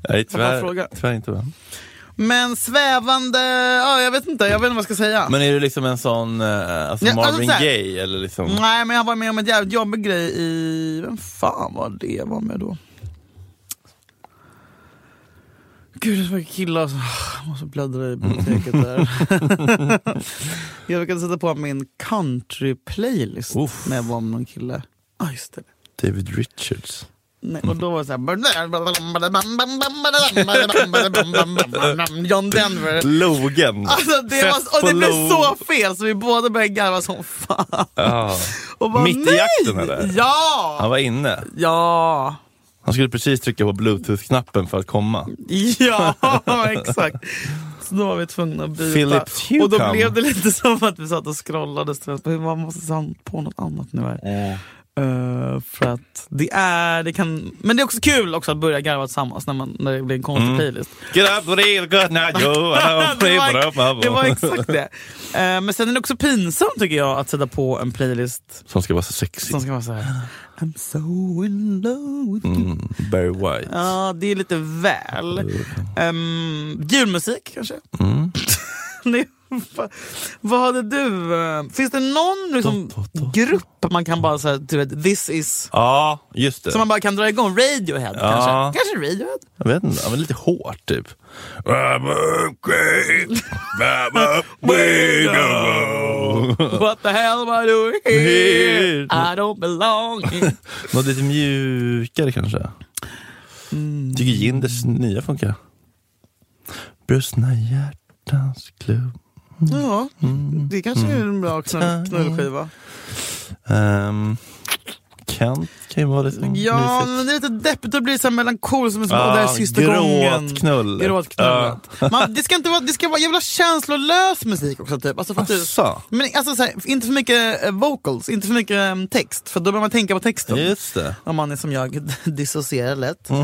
S3: Vad var
S2: tyvärr,
S3: frågan?
S2: tyvärr inte. Va?
S3: Men svävande, ja, jag vet inte, jag vet inte vad jag ska säga.
S2: Men är du liksom en sån eh, alltså
S3: Ja,
S2: Marvin
S3: alltså så här-
S2: Gaye eller liksom?
S3: Nej men jag var med om ett jävligt jobbig grej i, vem fan var det jag var med då? Gud det var mycket killar, alltså. jag måste bläddra i biblioteket där. jag brukade sätta på min country-playlist
S2: Uff.
S3: när jag var med någon kille. Ah, just det.
S2: David Richards.
S3: Nej, och då var det såhär... John Denver.
S2: Logen.
S3: Alltså det,
S2: Fest
S3: var, och
S2: på
S3: det blev
S2: Lo-
S3: så fel så vi båda började garva som fan.
S2: Ja.
S3: Och bara,
S2: Mitt i
S3: nej!
S2: jakten, eller?
S3: Ja!
S2: Han var inne.
S3: Ja!
S2: Han skulle precis trycka på bluetooth-knappen för att komma.
S3: Ja, exakt. Så då var vi tvungna att byta.
S2: Philips Hue
S3: och då
S2: kam.
S3: blev det lite som att vi satt och scrollade. Så att man måste ta på något annat nu här. Eh, för att det är, det kan, men det är också kul också att börja garva tillsammans när, man, när det blir en konstig
S2: Mm.
S3: playlist.
S2: Get up, real good now, you. I'm
S3: Det var-
S2: flipping up, my
S3: Det var
S2: boy.
S3: exakt det. Eh, men sen är det också pinsamt tycker jag att sätta på en playlist
S2: Som ska vara så sexig.
S3: som ska vara så här. I'm so in love with you.
S2: Mm, Barry White.
S3: Ja, det är lite väl. Ehm, julmusik kanske?
S2: Mm.
S3: Nej, vad- Vad hade du? eh, Finns det någon liksom,
S2: Dot, dot, dot.
S3: grupp man kan bara säga, du vet, this is...
S2: Ja, just det.
S3: Som man bara kan dra igång? Radiohead
S2: Ja.
S3: kanske? Kanske Radiohead?
S2: Jag vet inte, han var lite hårt typ. I'm a great, I'm a winner.
S3: What the hell am I doing here? I don't belong here.
S2: Något lite mjukare kanske?
S3: Mm.
S2: Tycker Jinders nya funkar. Brustna hjärtans klubb.
S3: Ja,
S2: Mm.
S3: det kanske är en bra knull- knullskiva.
S2: Um, Kent kan ju vara lite
S3: Ja,
S2: Mm. mysigt.
S3: men det är lite deppigt att bli så här melankoliskt som en
S2: Ah,
S3: ah, systergången.
S2: gråtknull. Ah.
S3: Gråtknullet. Man, det ska inte vara, det ska vara jävla känslolös musik också typ. Alltså, för att du,
S2: Asså,
S3: men alltså så här, inte för mycket eh, vocals, inte för mycket eh, text. För då behöver man tänka på texten.
S2: just Mm. det.
S3: Om man är som jag, dissocierar lätt. Eh,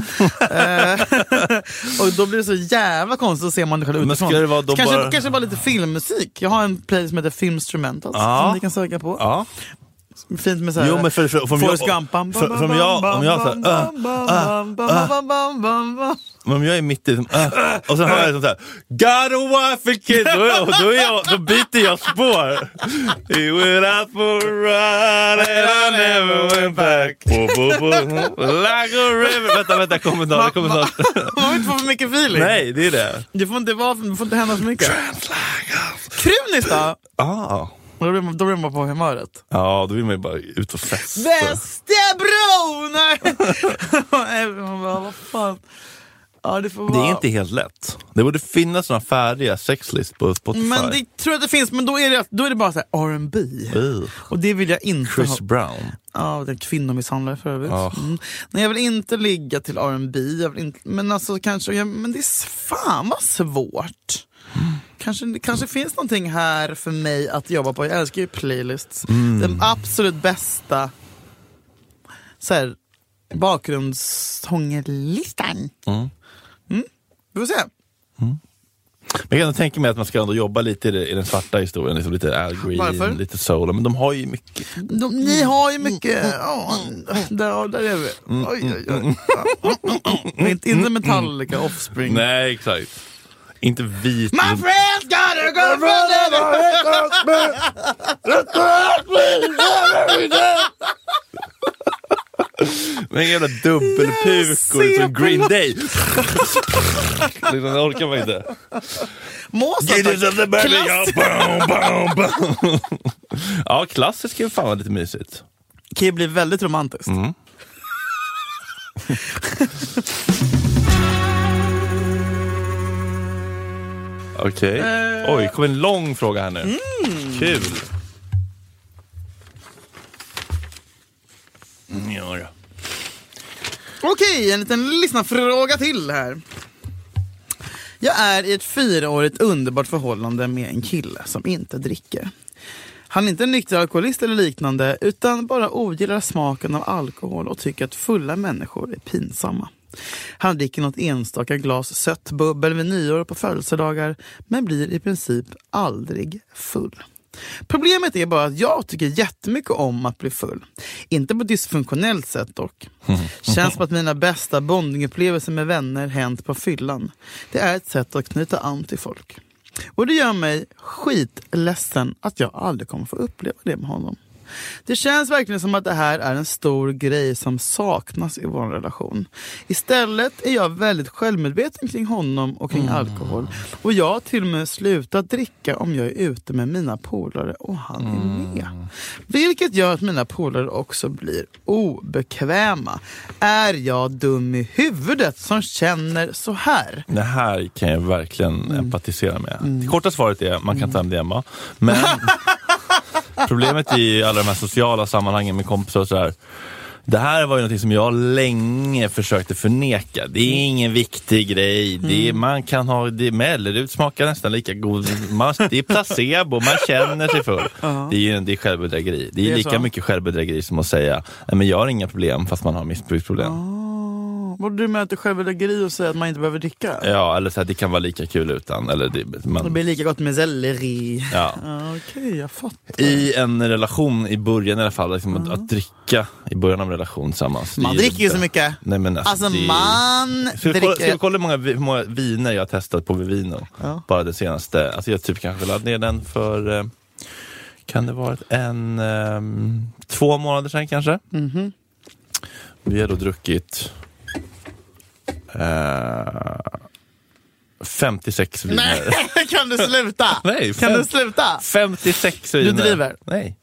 S3: och då blir det så jävla konstigt att se man det själv
S2: Men
S3: utifrån.
S2: ska det vara då
S3: kanske,
S2: bara-
S3: kanske bara lite filmmusik. Jag har en playlist som heter Filmstrumentals
S2: Ja.
S3: som ni kan söka på.
S2: Ja.
S3: Fint med såhär...
S2: Jo, men för, för, för, om jag-
S3: Forrest Gump. Bam,
S2: för- för om jag- om jag så här, äh,
S3: äh."
S2: Men om jag är mitt i, liksom, äh, och sen hör jag liksom såhär, Got a wife and kids, då, är- då, är jag, då byter jag spår. He went out for a ride and I never went back. Bo, bo, bo, like a river. Vänta, vänta, kommer snart, det kommer snart.
S3: Man vill inte få för mycket feeling.
S2: Nej, det är det.
S3: Det får inte, vara, det får inte hända för mycket. Krunis då?
S2: Ah.
S3: Då blir man- då blir man på humöret.
S2: Ja, då vill man ju bara ut och festa.
S3: Västerbro! Nej! Man bara, vad fan. Ja, det, får
S2: Det
S3: vara.
S2: är inte helt lätt. Det borde finnas några färdiga sexlist på Spotify.
S3: Men det tror jag att det finns, men då är det, då är det bara så här R&B
S2: Ugh.
S3: Och det vill jag inte ha.
S2: Chris Brown.
S3: Ja, den kvinnomisshandlare för övrigt.
S2: Ah.
S3: Mm. Nej, jag vill inte ligga till R&B jag vill inte, men alltså kanske, jag, men det är s- fan vad svårt. Kanske, det kanske finns någonting här för mig att jobba på. Jag älskar ju playlists.
S2: Mm.
S3: Den absolut bästa så här, bakgrundssångerlistan.
S2: Mm.
S3: Mm. Vi får se.
S2: Men jag kan ändå tänka mig att man ska ändå jobba lite i, det, i den svarta historien, liksom lite Al Green,
S3: Varför?
S2: lite soul. Men de har ju mycket.
S3: De, ni har ju mycket...
S2: Mm.
S3: ja, där, ja, där är vi. Oj, oj, oj. Ja. Mm, Inte, inte Metallica, Offspring.
S2: Nej, exakt. Inte vit.
S3: My friends got a girlfriend and a-
S2: Men jävla dubbelpukor som Green Day. liksom, det orkar man inte.
S3: Mozart
S2: Get it
S3: har-
S2: on the belly,
S3: Klass-
S2: ja, boom, boom, boom. ja, klassiskt kan ju fan vara lite mysigt.
S3: kan ju bli väldigt romantiskt.
S2: Mm. Okej. Oj, det kom en lång fråga här nu. Kul. Mm, Ja, då.
S3: Okej, en liten lyssnarfråga till här. Jag är i ett fyraårigt underbart förhållande med en kille som inte dricker. Han är inte en nykter alkoholist eller liknande utan bara ogillar smaken av alkohol och tycker att fulla människor är pinsamma. Han dricker något enstaka glas sött bubbel vid nyår och på födelsedagar men blir i princip aldrig full. Problemet är bara att jag tycker jättemycket om att bli full. Inte på ett dysfunktionellt sätt dock. Känns som att mina bästa bondingupplevelser med vänner hänt på fyllan. Det är ett sätt att knyta an till folk. Och det gör mig skitledsen att jag aldrig kommer få uppleva det med honom. Det känns verkligen som att det här är en stor grej som saknas i vår relation. Istället är jag väldigt självmedveten kring honom och kring alkohol. Och jag har till och med slutat dricka om jag är ute med mina polare och han är med. Vilket gör att mina polare också blir obekväma. Är jag dum i huvudet som känner så här?
S2: Det här kan jag verkligen
S3: Mm.
S2: empatisera med. Det korta svaret är man kan ta hem det hemma. Men problemet i alla de här sociala sammanhangen med kompisar och sådär. Det här var ju något som jag länge försökte förneka. Det
S3: Mm.
S2: är ingen viktig grej. Det är, man kan ha det Mellerud smakar nästan lika god. Man, det är placebo, man känner sig full. Det är, ju- det är självbedrägeri. Det är,
S3: Det är
S2: lika
S3: så.
S2: mycket självbedrägeri som att säga, "Nej, men jag har inga problem fast man har missbruksproblem.
S3: Ah, Vad du med att det är självbedrägeri och säga att man inte behöver dricka?
S2: Ja, eller så här, det kan vara lika kul utan. Eller det,
S3: Det
S2: man,
S3: blir lika gott med selleri.
S2: Ja.
S3: Ja, Ah, Okej, jag fattar.
S2: I en relation i början i alla fall, liksom att, att dricka i början av en relation tillsammans.
S3: Mm. Man
S2: det är
S3: dricker ju
S2: inte-
S3: så mycket.
S2: Nej, men alltså,
S3: Alltså
S2: det-
S3: man
S2: Ska vi, kolla, ska vi
S3: dricker...
S2: kolla hur många, vi- hur många viner jag har testat på Vivino?
S3: Ja.
S2: Bara det senaste. Alltså jag typ kanske laddade ner den för, eh, kan det varit en, ehm, två månader sedan kanske?
S3: Mhm.
S2: Vi har då druckit eh, 56 viner.
S3: Nej, kan du sluta?
S2: Nej,
S3: kan
S2: fem-
S3: du sluta?
S2: 56 viner.
S3: driver.
S2: Nej.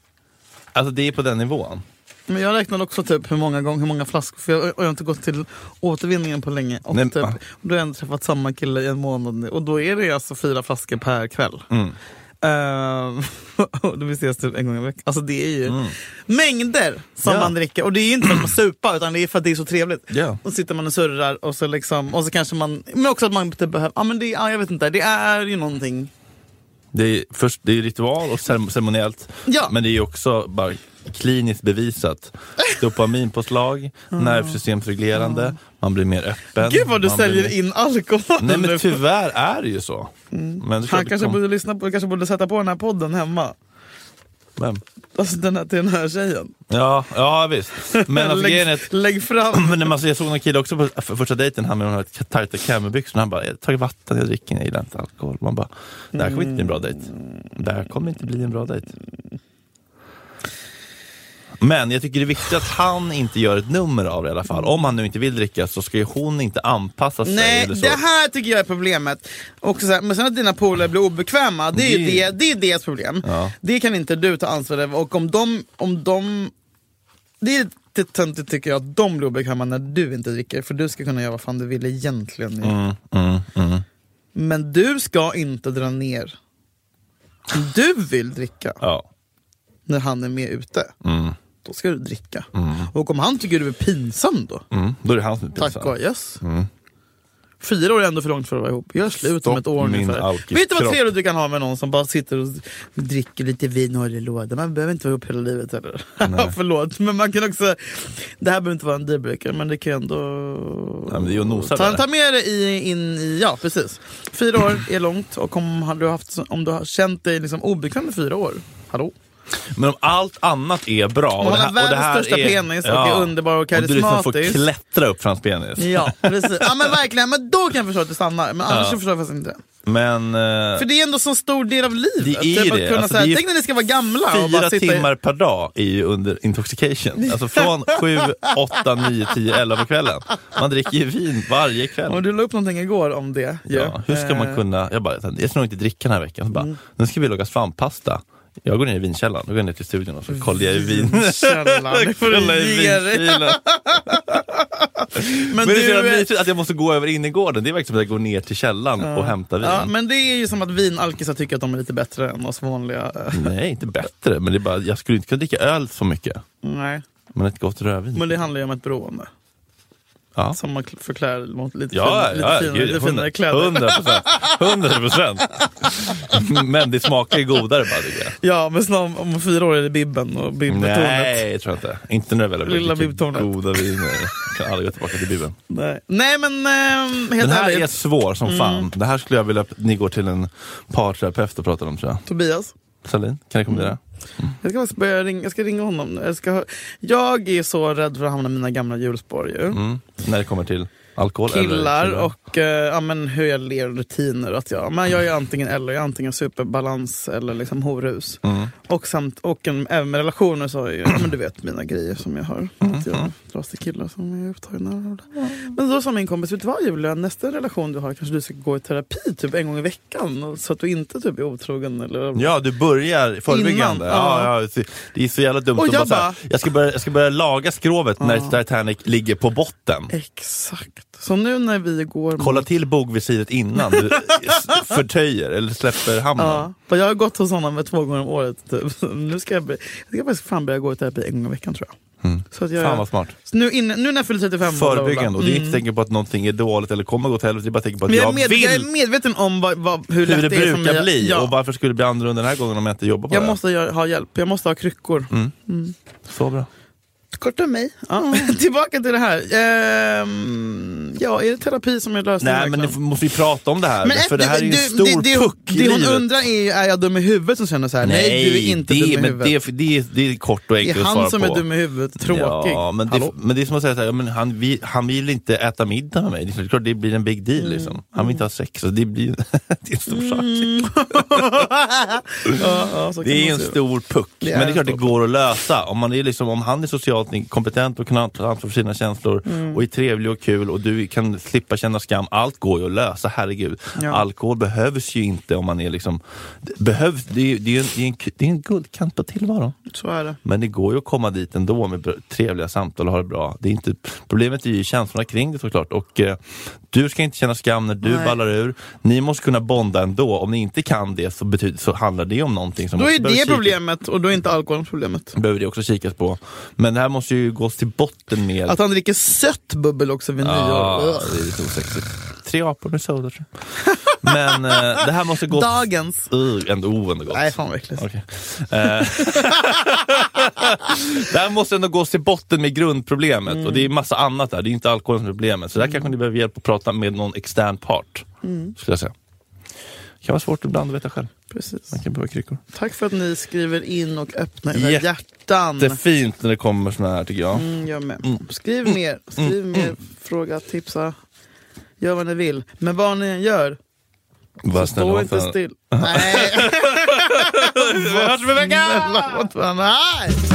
S2: Alltså det är på den nivån.
S3: Men jag räknade också typ hur många gånger, hur många flaskor, för jag, och jag har inte gått till återvinningen på länge. Och,
S2: Nej, men-
S3: typ, och då har jag ändå träffat samma kille i en månad nu. och då är det alltså fyra flaskor per kväll.
S2: Mm.
S3: Ehm, och då vi ses typ en gång i veckan. Alltså det är ju mängder som
S2: Mm. Ja.
S3: man dricker. Och det är ju inte för att man supar utan det är för att det är så trevligt.
S2: Ja.
S3: Och sitter man och surrar och så liksom, och så kanske man, men också att man typ behöver, ja men det, ja, jag vet inte, det är ju någonting.
S2: Det är, först, det är ritual och cere- ceremoniellt.
S3: Ja.
S2: Men det är också bara kliniskt bevisat. Dopaminpåslag, nervsystemsreglerande, man blir mer öppen.
S3: Mm. Gud vad du
S2: man
S3: säljer
S2: blir mer-
S3: in alkohol
S2: Nej men typ-
S3: nu.
S2: tyvärr är det ju så. Men det är klart
S3: Mm. Han
S2: det
S3: kanske
S2: kom-
S3: borde lyssna på, kanske borde sätta på den här podden hemma.
S2: Vem?
S3: Alltså den här, till den här tjejen.
S2: Ja, ja visst. Men alltså, grejen är
S3: lägg,
S2: att
S3: lägg fram.
S2: men alltså, jag såg någon kille också på för- första dejten, han med de här tajta camelbyxorna. Han bara, jag har tagit vatten, jag dricker, jag gillar inte alkohol. Man bara, det här kommer inte bli en bra dejt. Det här kommer inte bli en bra dejt. Men jag tycker det är viktigt att han inte gör ett nummer av det i alla fall. Om han nu inte vill dricka så ska ju hon inte anpassa sig.
S3: Nej,
S2: eller så.
S3: det här tycker jag är problemet. Också så här, men sen att dina polare blir obekväma, det är, ju
S2: Det-
S3: det, det är deras problem.
S2: Ja.
S3: Det kan inte du ta ansvar över. Och om de, om de... Det är lite töntigt tycker jag att de blir obekväma när du inte dricker. För du ska kunna göra vad fan du vill egentligen.
S2: Mm, mm, mm.
S3: Men du ska inte dra ner. Om du vill dricka
S2: Ja.
S3: när han är med ute,
S2: Mm,
S3: då ska du dricka.
S2: mm,
S3: Och om han tycker du är pinsam då,
S2: mm. Då är det han som är pinsam.
S3: tack och adjöss.
S2: Mm.
S3: Fyra år är ändå för långt för att vara ihop. Gör slut om
S2: Stopp
S3: ett år
S2: min
S3: ungefär.
S2: alkiskropp.
S3: Vet du vad trevligt du kan ha med någon som bara sitter och dricker lite vin och håller låda. Man behöver inte vara ihop hela livet heller. Förlåt, men man kan också... Det här behöver inte vara en dealbreaker, men det kan ju ändå...
S2: Nej, men det är ju att nosa
S3: ta,
S2: där.
S3: ta med det i, in i... Ja, precis. Fyra år är långt och om, har du haft, om du har känt dig liksom obekväm i fyra år, hallå?
S2: Men om allt annat är bra och
S3: Om
S2: det
S3: han
S2: här,
S3: har
S2: och det här
S3: världens största
S2: är,
S3: penis och är underbar och
S2: Och du liksom får
S3: karismatisk.
S2: klättra upp för hans penis.
S3: Ja, precis. Ja men verkligen, men då kan jag förstå att du stannar. Men annars
S2: Ja.
S3: så förstår jag faktiskt inte det.
S2: Men eh,
S3: För det är ändå så stor del av livet. Typ
S2: Det är
S3: att bara
S2: det.
S3: Kunna
S2: Alltså,
S3: säga,
S2: det är
S3: tänk när ni ska vara gamla och bara
S2: fyra
S3: sitta i-
S2: timmar per dag är ju under intoxication. Alltså från 7, 8, 9, 10, 11 på kvällen. Man dricker ju vin varje kväll.
S3: Och du la upp någonting igår om det. ju.
S2: Ja, hur ska man
S3: Eh, Mm.
S2: kunna... Jag bara, jag ska nog inte dricka den här veckan. Så bara, Nu ska vi laga svampasta. Jag går ner i vinkällaren, då går jag ner till studion och så kollar jag i vin.
S3: Källaren, det får
S2: Kollar
S3: du
S2: i
S3: Eh, ge dig.
S2: vinkylen.
S3: Men,
S2: Men det är så
S3: du,
S2: jävla
S3: eh,
S2: mysigt att jag måste gå över innergården. Det är verkligen som att jag går ner till källan och hämtar vin.
S3: ja, men det är ju som att vinalkisar tycker att de är lite bättre än oss vanliga. eh,
S2: Nej, inte bättre. Men det är bara, jag skulle inte kunna dricka öl så mycket.
S3: Nej.
S2: Men ett gott rödvin.
S3: Men det handlar ju om ett beroende.
S2: Ja.
S3: Som man kl- förklär mot lite,
S2: Ja,
S3: fin,
S2: ja,
S3: lite, finare,
S2: gud,
S3: lite finare kläder.
S2: 100 procent. 100 procent. Men det smakar ju godare bara tycker jag.
S3: Ja, men snart om fyra år är det Bibben och Bibbtornet. Nej.
S2: Nej, jag tror inte. Inte när jag väl har
S3: Lilla
S2: druckit
S3: Bibbtornet.
S2: typ goda viner. Jag kan aldrig gå tillbaka till Bibeln.
S3: Nej. men ehm, helt
S2: Den här
S3: ärligt, Mm.
S2: är svår som fan. Det här skulle jag vilja att ni går till en parterapeut och pratar om tror jag.
S3: Tobias.
S2: Salin, kan jag
S3: Mm.
S2: rekommendera?
S3: Jag ska, faktiskt börja ringa, jag ska ringa honom nu. Jag, ska, ha- jag är så rädd för att hamna i mina gamla hjulspår ju.
S2: Mm. När det kommer till alkohol
S3: Killar
S2: eller
S3: och eh, ja, men hur jag ler och rutiner. Att jag, men jag är antingen eller, jag är antingen superbalans eller liksom horhus.
S2: Mm.
S3: Och, samt, och en, även med relationer så har jag ju, ja, men du vet mina grejer som jag har.
S2: Mm-hmm.
S3: Att jag dras till killar som är upptagna. av det.
S2: Mm.
S3: Men då sa min kompis, vet du vad Julia, nästa relation du har kanske du ska gå i terapi typ en gång i veckan. och- Så att du inte typ är otrogen eller
S2: Ja, du börjar förebyggande.
S3: Innan,
S2: ja. Ja, det är så jävla dumt.
S3: Och
S2: att
S3: jag
S2: så här,
S3: bara-
S2: jag, ska börja, jag ska börja laga skrovet när Titanic ligger på botten.
S3: Exakt. Så nu när vi går...
S2: Kolla till bogvisiret innan du s- förtöjer eller släpper hamnen.
S3: Ja, för jag har gått hos honom med två gånger om året. Typ. Så Nu ska jag, bli, jag ska faktiskt fan börja gå i terapi en gång i veckan tror jag. Så att jag
S2: Mm. Fan vad smart.
S3: så nu, inne, nu när jag fyller 35 bla, bla, bla.
S2: Förebyggande. Och det är inte tänka på att någonting är dåligt eller kommer gå till helvete. Det är bara tänka på att
S3: Mm. Men jag,
S2: jag,
S3: är med,
S2: vill
S3: jag är medveten om vad, vad, hur, lätt
S2: hur det
S3: är för mig
S2: brukar
S3: att-
S2: bli.
S3: Ja.
S2: Och varför skulle det bli annorlunda den här gången om jag inte jobbar på
S3: jag
S2: det?
S3: måste göra, ha hjälp, jag måste ha kryckor.
S2: Så bra.
S3: Korta mig. Ja. Tillbaka till det här. Ehm, ja, är det terapi som är lösningen?
S2: Nej men
S3: verkligen?
S2: nu måste vi prata om det här.
S3: Men
S2: för det
S3: ett-
S2: här är ju en stor
S3: det, det,
S2: puck i
S3: det hon
S2: livet.
S3: undrar är ju, är jag dum i huvudet som känner så här? Nej, du är inte
S2: det,
S3: dum i
S2: men
S3: huvudet.
S2: Det, det, är- det är kort och
S3: Det är
S2: enkelt att svara
S3: han som
S2: på.
S3: är dum i huvudet, tråkig.
S2: Ja, men, det,
S3: Hallå?
S2: men det är som att säga så här, ja, men han, vill, han vill inte äta middag med mig. Det är klart det blir en big deal.
S3: Mm.
S2: Liksom. Han vill inte ha sex. Så det, blir, det är en stor sak.
S3: ja, ja, så kan
S2: Det är
S3: man
S2: en
S3: se
S2: stor puck.
S3: Det är
S2: men det är
S3: en
S2: klart det
S3: stor
S2: går att lösa. Om, man är liksom, om han är socialt kompetent och kan ha ansvar för sina känslor
S3: Mm.
S2: och är trevlig och kul och du kan slippa känna skam. Allt går ju att lösa, herregud.
S3: Ja.
S2: Alkohol behövs ju inte om man är liksom... Det, behövs, det, är- det, är en, det, är en, det är en guldkant på tillvaron.
S3: Så är det.
S2: Men det går ju att komma dit ändå med br- trevliga samtal och ha det bra. Det är inte, problemet är ju känslorna kring det såklart. Och, eh, du ska inte känna skam när du
S3: Nej.
S2: ballar ur. Ni måste kunna bonda ändå. Om ni inte kan det så, betyder, så handlar det om någonting som
S3: Då
S2: också
S3: är
S2: behöver
S3: det
S2: kikas-
S3: problemet och då är inte alkoholen problemet.
S2: behöver det också kikas på. Men det här måste ju gås till botten med...
S3: Att han dricker sött bubbel också vid
S2: Ja,
S3: Alltså, nyår. Ugh.
S2: det är lite osexigt. Tre apor med soda tror jag. Men eh, det här måste gås...
S3: Dagens.
S2: Ugh, ändå, oh, ändå gott.
S3: Nej, fan vad äckligt.
S2: Okej. Eh, det här måste ändå gås till botten med grundproblemet och det är massa annat där. Det är inte alkoholen som är problemet. Så där kanske ni behöver hjälp att prata med någon extern part. Skulle jag säga. Det kan vara svårt ibland att veta själv.
S3: Precis.
S2: Man kan behöva kryckor.
S3: Tack för att ni skriver in och öppnar era
S2: Jätte-
S3: hjärtan.
S2: Det är fint när det kommer såna här tycker jag.
S3: Mm, jag med. Skriv
S2: Mm.
S3: mer, skriv mer, fråga, tipsa. Gör vad ni vill. Men vad ni än gör,
S2: Var snälla
S3: stå
S2: mot
S3: inte
S2: varandra.
S3: still. Nej.
S2: Vi hörs om en vecka!
S3: Snälla mot varandra. Nej.